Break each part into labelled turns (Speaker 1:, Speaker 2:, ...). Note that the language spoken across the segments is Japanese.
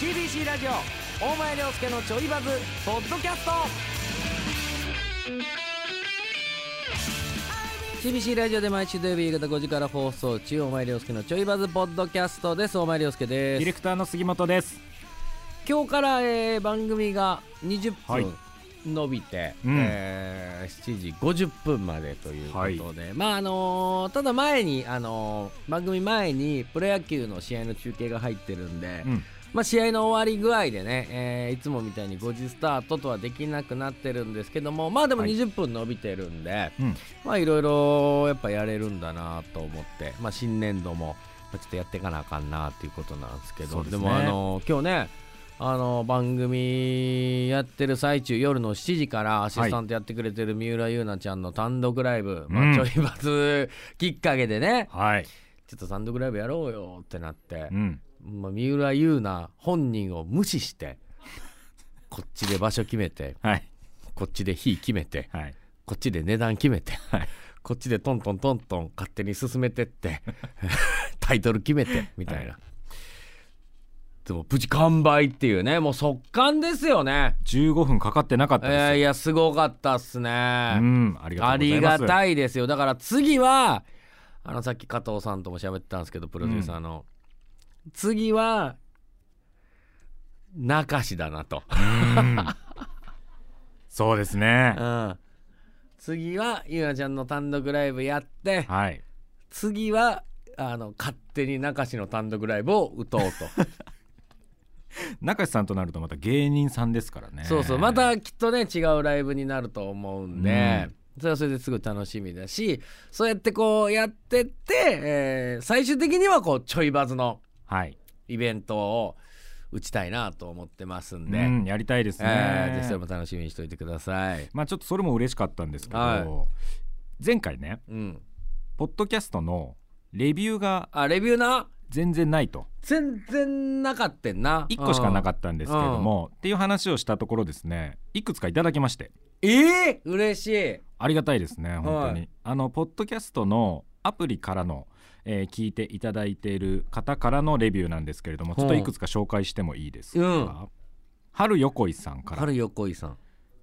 Speaker 1: TBC ラジオ大前涼介のちょいバズポッドキャスト TBC ラジオで毎週土曜日夕方5時から放送中大前涼介のちょいバズポッドキャストです大前涼介
Speaker 2: ディ
Speaker 1: で
Speaker 2: レ
Speaker 1: す
Speaker 2: クターの杉本です。
Speaker 1: 今日から、えー番組が20
Speaker 2: はい
Speaker 1: 分伸びて、
Speaker 2: うん
Speaker 1: えー7時50分までということで、まああのーただ前に、あのー番組前にプロ野球の試合の中継が入ってるんで、
Speaker 2: うん、
Speaker 1: まあ、試合の終わり具合でね、えーいつもみたいに5時スタートとはできなくなってるんですけどもまあでも
Speaker 2: はい
Speaker 1: 20分伸びてるんで、
Speaker 2: うん、
Speaker 1: まあいろいろやっぱやれるんだなと思って、まあ、新年度もまあちょっとやっていかなあかんなっていうことなんですけ
Speaker 2: そ
Speaker 1: ど
Speaker 2: う
Speaker 1: で,、
Speaker 2: ですね
Speaker 1: もあの今日ねあの番組やってる最中夜の7時からアシスタントやってくれてる三浦優奈ちゃんの単独ライブ、まあ、ちょ
Speaker 2: うん
Speaker 1: いバズきっかけでね、
Speaker 2: はい、
Speaker 1: ちょっと単独ライブやろうよってなって、
Speaker 2: うん、
Speaker 1: まあ、三浦優奈本人を無視してこっちで場所決めて
Speaker 2: はい、
Speaker 1: こっちで日決めて
Speaker 2: はい、
Speaker 1: こっちで値段決めて、
Speaker 2: はい
Speaker 1: こっちでトントントントン勝手に進めてって タイトル決めてみたいな、
Speaker 2: は
Speaker 1: でも無事完売っていうねもう速乾ですよね
Speaker 2: 15分かかってなかった
Speaker 1: いや
Speaker 2: です
Speaker 1: いやすごかったっすね、
Speaker 2: よ。うん、ありがとう
Speaker 1: あ
Speaker 2: ござ
Speaker 1: り
Speaker 2: いま
Speaker 1: が
Speaker 2: す。い。
Speaker 1: たいですよだから次はあのさっき加藤さんとも喋ってたんですけどプロデューサーの、次は中志だなと、
Speaker 2: そうですね
Speaker 1: う。ん、次はゆなちゃんの単独ライブやって
Speaker 2: はい、
Speaker 1: 次はあの勝手に中志の単独ライブを打 とうと、
Speaker 2: 中志さんとなるとまた芸人さんですからね。
Speaker 1: そうそうまたきっとね違うライブになると思うんで、それはそれですごい楽しみだしそうやってこうやってって、えー最終的にはこうちょいバズの
Speaker 2: はい、
Speaker 1: イベントを打ちたいなと思ってますん
Speaker 2: う
Speaker 1: で、
Speaker 2: ん、やりたいです
Speaker 1: えー
Speaker 2: ね
Speaker 1: ぜひ。それも楽しみにしておいてください。
Speaker 2: まあちょっとそれも嬉しかったんですけ
Speaker 1: は
Speaker 2: ど、前回ね、
Speaker 1: うん、
Speaker 2: ポッドキャストのレビューが
Speaker 1: あレビューな
Speaker 2: 全然ないと。
Speaker 1: 全然なかったんな
Speaker 2: 1個しかなか
Speaker 1: っ
Speaker 2: ったんですけれども、っていう話をしたところですねいくつかいただきまして
Speaker 1: たえー、嬉しい
Speaker 2: ありがたいですね本当に、
Speaker 1: は
Speaker 2: あのポッドキャストのアプリからの、えー聞いていただいている方からのレビューなんですけれどもちょっと
Speaker 1: うん
Speaker 2: いくつか紹介してもいいですか、
Speaker 1: うん
Speaker 2: 春横井さんから
Speaker 1: 春横井さん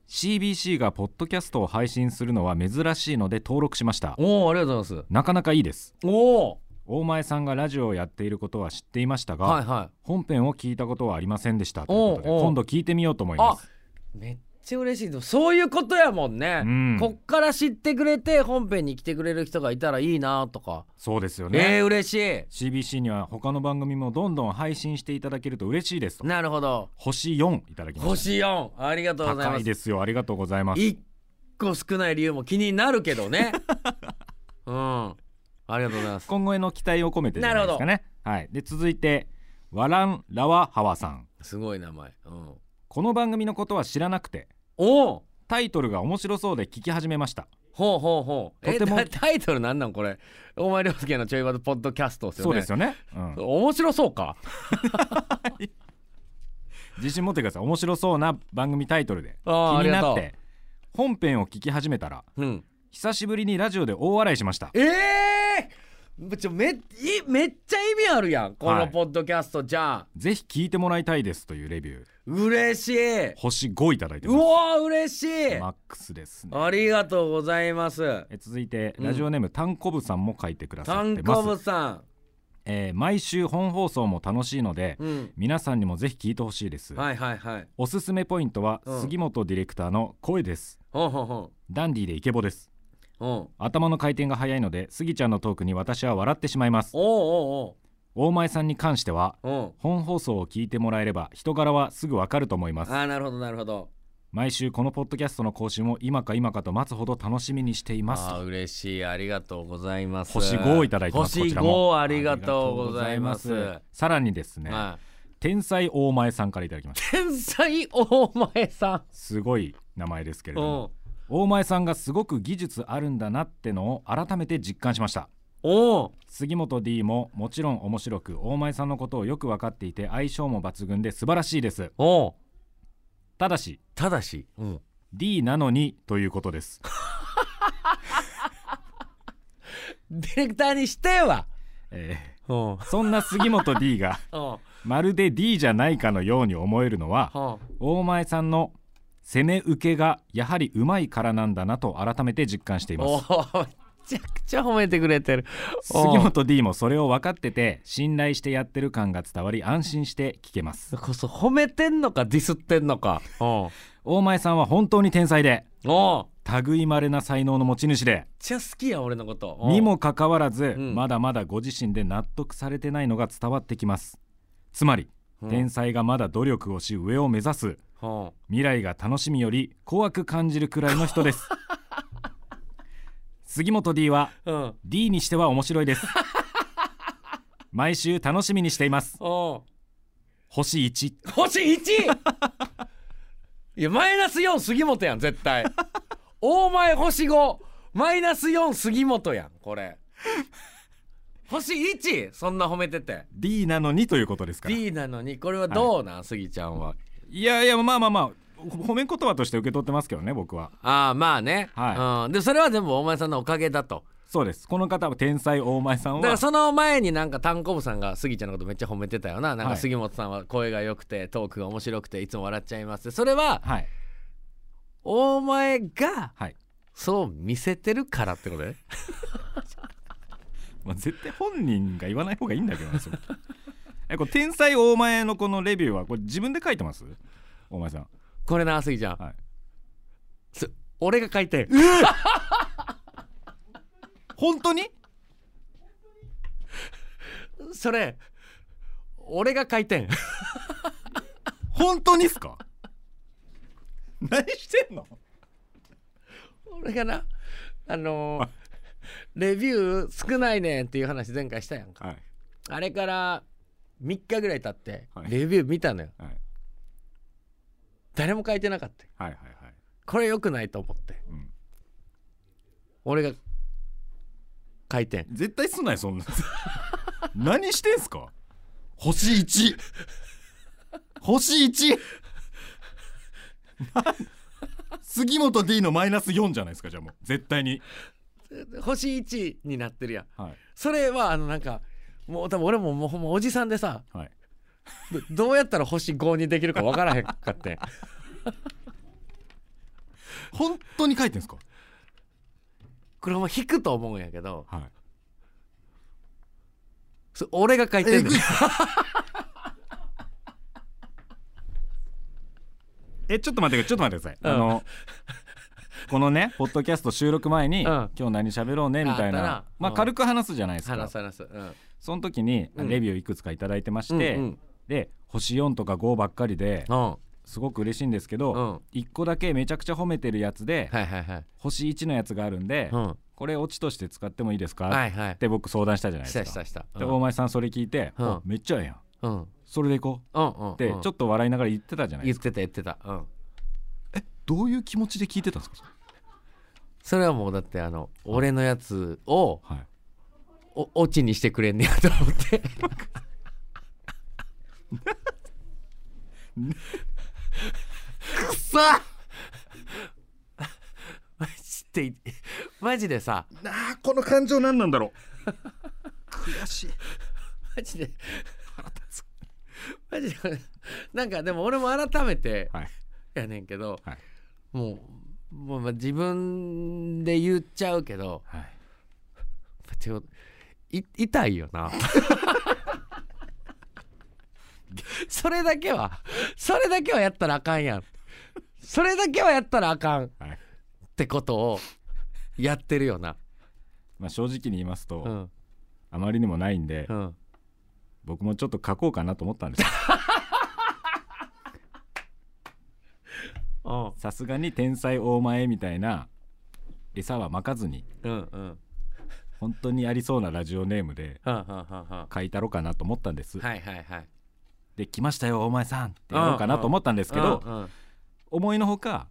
Speaker 2: CBC がポッドキャストを配信するのは珍しいので登録しました
Speaker 1: おおありがとうございます
Speaker 2: なかなかいいです
Speaker 1: おお
Speaker 2: 大前さんがラジオをやっていることは知っていましたが、
Speaker 1: はいはい
Speaker 2: 本編を聞いたことはありませんでしたということで
Speaker 1: おうおう
Speaker 2: 今度聞いてみようと思います
Speaker 1: めっちゃ嬉しいでもそういうことやもんね、
Speaker 2: うん
Speaker 1: こっから知ってくれて本編に来てくれる人がいたらいいなとか、
Speaker 2: そうですよね、
Speaker 1: えー、嬉し
Speaker 2: CBC には他の番組もどんどん配信していただけると嬉しいです
Speaker 1: い
Speaker 2: と
Speaker 1: なるほど
Speaker 2: 星4いただきました
Speaker 1: 星4ありがとうござい
Speaker 2: 高
Speaker 1: ま
Speaker 2: い
Speaker 1: す
Speaker 2: ですよありがとうございます
Speaker 1: 一個少ない理由も気になるけど ねうんありがとうございます
Speaker 2: 今後への期待を込めてじゃないですかねはいで続いてワランラワハワさん
Speaker 1: すごい名前、うん、
Speaker 2: この番組のことは知らなくて
Speaker 1: おお
Speaker 2: タイトルが面白そうで聞き始めました
Speaker 1: ほうほうほうえ
Speaker 2: とても
Speaker 1: だタイトルなんなんこれ大前涼介のちょいバズポッドキャストですよね
Speaker 2: そうですよね、うん、
Speaker 1: 面白そうか
Speaker 2: 自信持ってください面白そうな番組タイトルで気
Speaker 1: あー
Speaker 2: になっ
Speaker 1: ありが
Speaker 2: て本編を聞き始めたら
Speaker 1: うん
Speaker 2: 久しぶりにラジオで大笑いしました
Speaker 1: ええー、ちょめいめっちゃ意味あるやんこ
Speaker 2: は
Speaker 1: の
Speaker 2: い
Speaker 1: ポッドキャストじゃん、
Speaker 2: ぜひ聞いてもらいたいですというレビュー
Speaker 1: 嬉しい
Speaker 2: 星5いただいて
Speaker 1: う
Speaker 2: ます
Speaker 1: おー嬉しい、
Speaker 2: マックスですね
Speaker 1: ありがとうございます
Speaker 2: え続いて
Speaker 1: うん
Speaker 2: ラジオネーム、タンコブさんも書いてくださ
Speaker 1: タ
Speaker 2: って
Speaker 1: ン
Speaker 2: ま
Speaker 1: コ
Speaker 2: す
Speaker 1: ブさ
Speaker 2: えー毎週本放送も楽しいので、
Speaker 1: んうん
Speaker 2: 皆さんにもぜひ聞いてほしいです、
Speaker 1: はいはいはい
Speaker 2: おすすめポイントは、
Speaker 1: うん
Speaker 2: 杉本ディレクターの声です
Speaker 1: ほうほうほ
Speaker 2: ダンディーでイケボです
Speaker 1: ううん
Speaker 2: 頭の回転が早いので杉ちゃんのトークに私は笑ってしまいます
Speaker 1: おう
Speaker 2: 大前さんに関しては
Speaker 1: おうおううん
Speaker 2: 本放送を聞いてもらえれば人柄はすぐわかると思います
Speaker 1: ああなるほどなるほど
Speaker 2: 毎週このポッドキャストの更新を今か今かと待つほど楽しみにしています
Speaker 1: あー嬉しいありがとうございます
Speaker 2: 星5をいただいてますこ
Speaker 1: 星
Speaker 2: ちらも
Speaker 1: 5ありがとうございます
Speaker 2: ありがとうございますさらにですね、
Speaker 1: はい
Speaker 2: 天才大前さんからいただきました
Speaker 1: 天才大前さん
Speaker 2: すごい名前ですけれど
Speaker 1: おう
Speaker 2: も大前さんがすごく技術あるんだなってのを改めて実感しました
Speaker 1: おう
Speaker 2: 杉本 D ももちろん面白く大前さんのことをよく分かっていて相性も抜群で素晴らしいです
Speaker 1: おう
Speaker 2: ただした
Speaker 1: だし、うん、
Speaker 2: D なのにということです
Speaker 1: ディレクターにしては
Speaker 2: え
Speaker 1: うん
Speaker 2: ーそんな杉本 D が
Speaker 1: うん
Speaker 2: まるで D じゃないかのように思えるのは
Speaker 1: は
Speaker 2: 大前さんの攻め受けがやはりうまいからなんだなと改めて実感してい
Speaker 1: あ、
Speaker 2: ます
Speaker 1: おーめちゃくちゃ褒めてくれてるお
Speaker 2: 杉本 D もそれを分かってて信頼してやってる感が伝わり安心して聞けます
Speaker 1: こそ褒めてんのかディスってんのかお
Speaker 2: 大前さんは本当に天才で
Speaker 1: お
Speaker 2: 類まれな才能の持ち主で
Speaker 1: めっちゃ好きや俺のこと
Speaker 2: にもかかわらず、
Speaker 1: うん
Speaker 2: まだまだご自身で納得されてないのが伝わってきますつまり、天才がまだ努力をし上を目指す
Speaker 1: お
Speaker 2: 未来が楽しみより怖く感じるくらいの人です 杉本 D は
Speaker 1: うん
Speaker 2: D にしては面白いです毎週楽しみにしています
Speaker 1: お
Speaker 2: 星1
Speaker 1: 星 1! いやマイナス4杉本やん絶対大前星5マイナス4杉本やんこれ星 1! そんな褒めてて
Speaker 2: D なのにということですから
Speaker 1: D なのにこれはどうなん、杉ちゃんはい
Speaker 2: やいやまあまあまあほ褒め言葉として受け取ってますけどね僕は
Speaker 1: ああまあね、
Speaker 2: は
Speaker 1: うん、でそれは全部大前さんのおかげだと
Speaker 2: そうですこの方は天才大前さん
Speaker 1: だから
Speaker 2: は
Speaker 1: その前になんか単行部さんが杉ちゃんのことめっちゃ褒めてたよななん
Speaker 2: は
Speaker 1: か
Speaker 2: い
Speaker 1: 杉本さんは声が良くてトークが面白くていつも笑っちゃいますってそれは
Speaker 2: はい
Speaker 1: 大前が
Speaker 2: はい
Speaker 1: そう見せてるからってことね
Speaker 2: まあ、絶対本人が言わない方がいいんだけどな それえこれ天才大前のこのレビューはこれ自分で書いてます大前さん
Speaker 1: これな杉ちゃん、
Speaker 2: はい
Speaker 1: す俺が書いてん
Speaker 2: 本当に
Speaker 1: それ俺が書いてん
Speaker 2: 本当にっすか 何してんの
Speaker 1: 俺がなあのーレビュー少ないねんっていう話前回したやんか
Speaker 2: はい
Speaker 1: あれから3日ぐらい経って
Speaker 2: はい
Speaker 1: レビュー見たのよ、
Speaker 2: はい
Speaker 1: 誰も書いてなかった
Speaker 2: はいはいはい
Speaker 1: これ良くないと思って
Speaker 2: うん
Speaker 1: 俺が書いてん
Speaker 2: 絶対すんないそんな 何してんすか星1星 1! な 杉本 D のマイナス4じゃないですかじゃあもう絶対に、
Speaker 1: 星1になってるやん
Speaker 2: はい
Speaker 1: それはあのなんかもう多分俺ももうほんまおじさんでさ
Speaker 2: はい、
Speaker 1: どどうやったら星5にできるかわからへんかってん
Speaker 2: 本当に書いてんすか
Speaker 1: これも引くと思うんやけど
Speaker 2: はい
Speaker 1: そ俺が書いてんねん
Speaker 2: えちょっと待ってくださいちょっと待ってください、
Speaker 1: うん
Speaker 2: あのこのねポッドキャスト収録前に、
Speaker 1: うん
Speaker 2: 今日何喋ろうねみたいな
Speaker 1: ああったな
Speaker 2: まあ、
Speaker 1: うん
Speaker 2: 軽く話すじゃないですか
Speaker 1: 話す話す、うん
Speaker 2: その時に
Speaker 1: うん
Speaker 2: レビューいくつか頂いただいてま
Speaker 1: う
Speaker 2: し
Speaker 1: ん
Speaker 2: て、
Speaker 1: うん
Speaker 2: で星4とか5ばっかりで
Speaker 1: うんは
Speaker 2: すごく嬉しいんですけ
Speaker 1: うん
Speaker 2: ど、一1個だけめちゃくちゃ褒めてるやつで、
Speaker 1: いはいはい、
Speaker 2: 星1のやつがあるんで、
Speaker 1: うん、
Speaker 2: これオチとして使ってもいいですか、
Speaker 1: はいはい
Speaker 2: って僕相談したじゃない
Speaker 1: し
Speaker 2: で
Speaker 1: た
Speaker 2: す
Speaker 1: し
Speaker 2: か。
Speaker 1: たした
Speaker 2: で
Speaker 1: うん
Speaker 2: 大前さんそれ聞いて、
Speaker 1: うん
Speaker 2: おめっちゃええやん
Speaker 1: うんうん
Speaker 2: それでいこ
Speaker 1: うんう
Speaker 2: うっ
Speaker 1: ん
Speaker 2: て、ちょっと笑いながら言ってたじゃないで
Speaker 1: 言っ
Speaker 2: すか
Speaker 1: てた言ってたうん
Speaker 2: どういう気持ちで聞いてたんですかそれ
Speaker 1: それはもうだってあの俺のやつを
Speaker 2: はい
Speaker 1: おオチにしてくれんねやと思って
Speaker 2: くさ
Speaker 1: マジでいマジでさ
Speaker 2: なあこの感情何なんだろう悔しい
Speaker 1: マジでマジでなんかでも俺も改めて
Speaker 2: はい
Speaker 1: やねんけど、
Speaker 2: はい
Speaker 1: もうもうまあ自分で言っちゃうけど
Speaker 2: はい
Speaker 1: ちょい痛いよな それだけはそれだけはやったらあかんやんそれだけはやったらあかんっ
Speaker 2: はい
Speaker 1: てことをやってるよな
Speaker 2: まあ正直に言いますと、
Speaker 1: うん
Speaker 2: あまりにもないんで、
Speaker 1: うん
Speaker 2: 僕もちょっと書こうかなと思ったんです
Speaker 1: うん
Speaker 2: さすがに天才大前みたいな餌はまかずに
Speaker 1: うんうんうん
Speaker 2: 本当にありそうなラジオネームで
Speaker 1: うんは
Speaker 2: 書いたろかなと思ったんです、
Speaker 1: いはいはい
Speaker 2: で来ましたよ大前さんってやろうかなと思ったんですけど、
Speaker 1: うんうん
Speaker 2: 思いのほか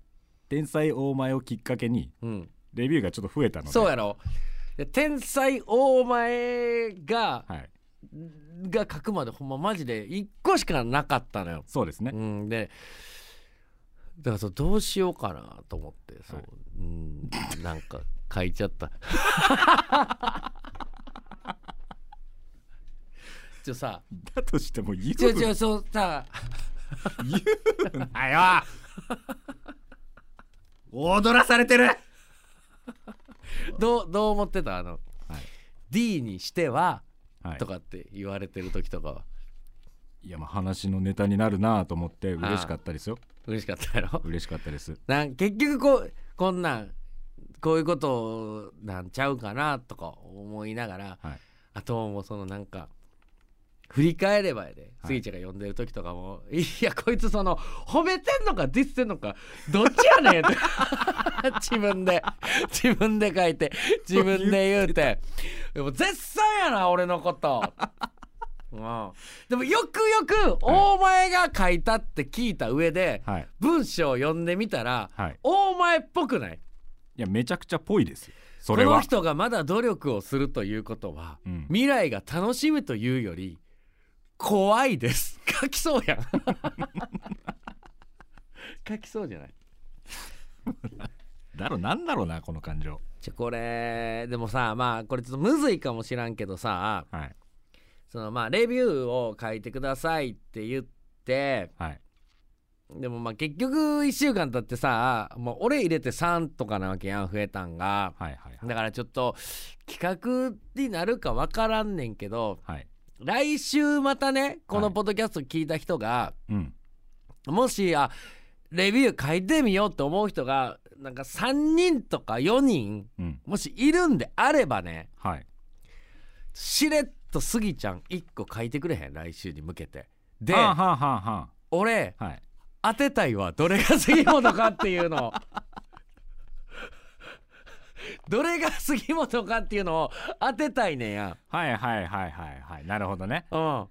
Speaker 2: 天才大前をきっかけに
Speaker 1: うん
Speaker 2: レビューがちょっと増えたので
Speaker 1: そうやろで天才大前が、
Speaker 2: はい
Speaker 1: が書くまでほんまマジで1個しかなかったのよ
Speaker 2: そうですね、
Speaker 1: うん、でだからそうどうしようかなと思ってそう、
Speaker 2: はい
Speaker 1: うんなんか書い ちゃったちょさ
Speaker 2: だとしても言う
Speaker 1: ちょちょそうさ
Speaker 2: 言うなよ踊らされてる
Speaker 1: どうどう思ってたあの、
Speaker 2: はい
Speaker 1: D にしては
Speaker 2: はい
Speaker 1: と、かって言われてる時とかはい
Speaker 2: やまあ話のネタになるなと思って嬉しかったですよ
Speaker 1: 嬉しかったやろ
Speaker 2: 嬉しかったです
Speaker 1: なん結局こうこんなんこういうことなんちゃうかなとか思いながら、
Speaker 2: はい
Speaker 1: あともうそのなんか振り返ればやで
Speaker 2: はい
Speaker 1: スイちゃんが呼んでる時とかも「 い、やこいつその褒めてんのかディスってんのかどっちやねん」って 自分で自分で書いて自分で言うてでも絶賛やな俺のこと。うん、でもよくよく大前が書いたって聞いた上で、
Speaker 2: はい
Speaker 1: 文章を読んでみたら
Speaker 2: はい
Speaker 1: 大前っぽくない
Speaker 2: いやめちゃくちゃぽいですよそ
Speaker 1: こ
Speaker 2: れ
Speaker 1: の
Speaker 2: は、
Speaker 1: 人がまだ努力をするということは
Speaker 2: うん、
Speaker 1: 未来が楽しむというより怖いです書きそう やん書きそうじゃない
Speaker 2: だろなんだろうなこの感情
Speaker 1: じゃこれでもさまあこれちょっとむずいかもしらんけどさ
Speaker 2: はい
Speaker 1: そのまあレビューを書いてくださいって言って
Speaker 2: はい
Speaker 1: でもまあ結局1週間経ってさもう俺入れて3とかなわけやん増えたんが。
Speaker 2: はいはいはい
Speaker 1: だからちょっと企画になるかわからんねんけど
Speaker 2: はい
Speaker 1: 来週またねこ
Speaker 2: は
Speaker 1: の
Speaker 2: い
Speaker 1: ポッドキャスト聞いた人が、
Speaker 2: うん
Speaker 1: もしあレビュー書いてみようと思う人がなんか3人とか4人
Speaker 2: うん
Speaker 1: もしいるんであればね
Speaker 2: はい
Speaker 1: しれっとスギちゃん1個書いてくれへん来週に向けて。で
Speaker 2: はあはあはあは
Speaker 1: 俺
Speaker 2: あはい
Speaker 1: 当てたいわどれが杉本かっていう のをどれが杉本かっていうのを当てたいねんや。
Speaker 2: はいはいはいはいはいなるほどね
Speaker 1: うん。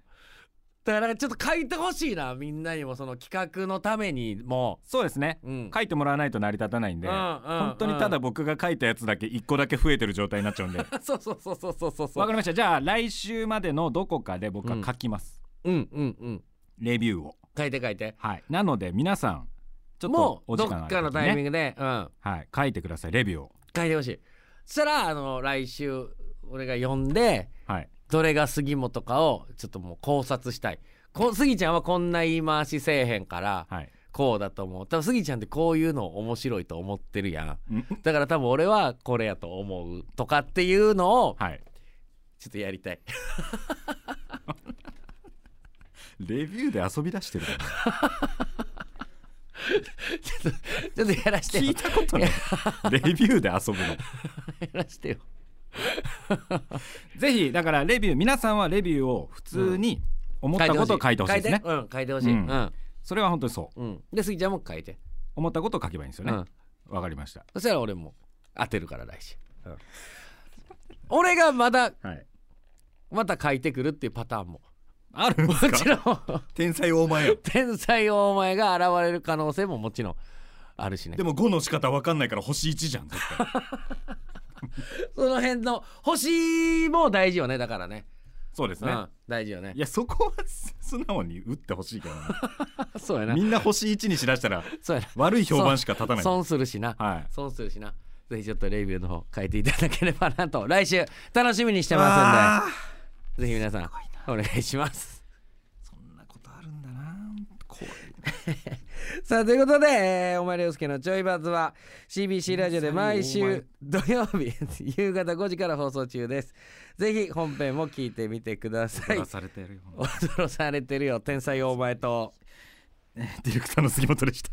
Speaker 1: だからちょっと書いてほしいなみんなにもその企画のためにも
Speaker 2: そうですね
Speaker 1: うん
Speaker 2: 書いてもらわないと成り立たないんで
Speaker 1: 本
Speaker 2: 本当にただ僕が書いたやつだけ一個だけ増えてる状態になっちゃ うんで
Speaker 1: そうそうそうそうそうそう
Speaker 2: わかりましたじゃあ来週までのどこかで僕は書きます、
Speaker 1: うんうんうん
Speaker 2: レビューを
Speaker 1: 書いて書いて
Speaker 2: はいなので皆さんちょっ
Speaker 1: も
Speaker 2: と
Speaker 1: う
Speaker 2: お
Speaker 1: ど
Speaker 2: 時
Speaker 1: っ
Speaker 2: 間あ
Speaker 1: か
Speaker 2: る
Speaker 1: の
Speaker 2: 時に
Speaker 1: タイミン
Speaker 2: ね
Speaker 1: グでうん
Speaker 2: はい書いてくださいレビューを
Speaker 1: 書いてほしいそしたらあの来週俺が読んで
Speaker 2: はい
Speaker 1: どれが杉本かをちょっともう考察したいこ杉ちゃんはこんな言い回しせえへんから
Speaker 2: はい
Speaker 1: こうだと思う多分杉ちゃんってこういうの面白いと思ってるやん
Speaker 2: うん
Speaker 1: だから多分俺はこれやと思うとかっていうのを
Speaker 2: はい
Speaker 1: ちょっとやりたい。
Speaker 2: レビューで遊び出してる
Speaker 1: ちょっとやらして
Speaker 2: 聞
Speaker 1: よ
Speaker 2: い。たこと ないレビューで遊ぶの
Speaker 1: やらしてよ。
Speaker 2: ぜひだからレビュー皆さんはレビューを普通に思ったことを書いてほしいですね
Speaker 1: 書てうん、書いてほしい。う
Speaker 2: うん
Speaker 1: ん。
Speaker 2: それは本当にそう
Speaker 1: うん。で、杉ちゃんも書いて。
Speaker 2: 思ったことを書けばいいんですよ
Speaker 1: う
Speaker 2: ね
Speaker 1: ん。
Speaker 2: わかりました
Speaker 1: そしたら俺も当てるから来週。うん俺がまだ
Speaker 2: はい
Speaker 1: また書いてくるっていうパターンも
Speaker 2: あるんで
Speaker 1: も
Speaker 2: す
Speaker 1: ち
Speaker 2: か
Speaker 1: ろん
Speaker 2: 天才大前よ
Speaker 1: 天才お前が現れる可能性ももちろんあるしね
Speaker 2: も5の仕方わかんないから星1じゃん絶 対
Speaker 1: その辺の星も大事よねだからね
Speaker 2: そうです
Speaker 1: う
Speaker 2: ね、
Speaker 1: ん大事よね
Speaker 2: いやそこは素直に打ってほしいけど な
Speaker 1: そうやな
Speaker 2: みんな星1にしだしたら
Speaker 1: そうや
Speaker 2: 悪い評判しか立たな
Speaker 1: ない
Speaker 2: は
Speaker 1: 損するしない損するしなぜひちょっとレビューの方書いていただければなと 来週楽しみにしてま
Speaker 2: あ
Speaker 1: すんでぜひ皆さんお願いします
Speaker 2: ーそんなことあるんだな怖い
Speaker 1: さあということで、えー、お前涼介のちょいバズは CBC ラジオで毎週土曜日 夕方5時から放送中ですぜひ本編も聞いてみてください
Speaker 2: されてるよ
Speaker 1: 驚されてるよ天才お前と
Speaker 2: ディレクターの杉本でした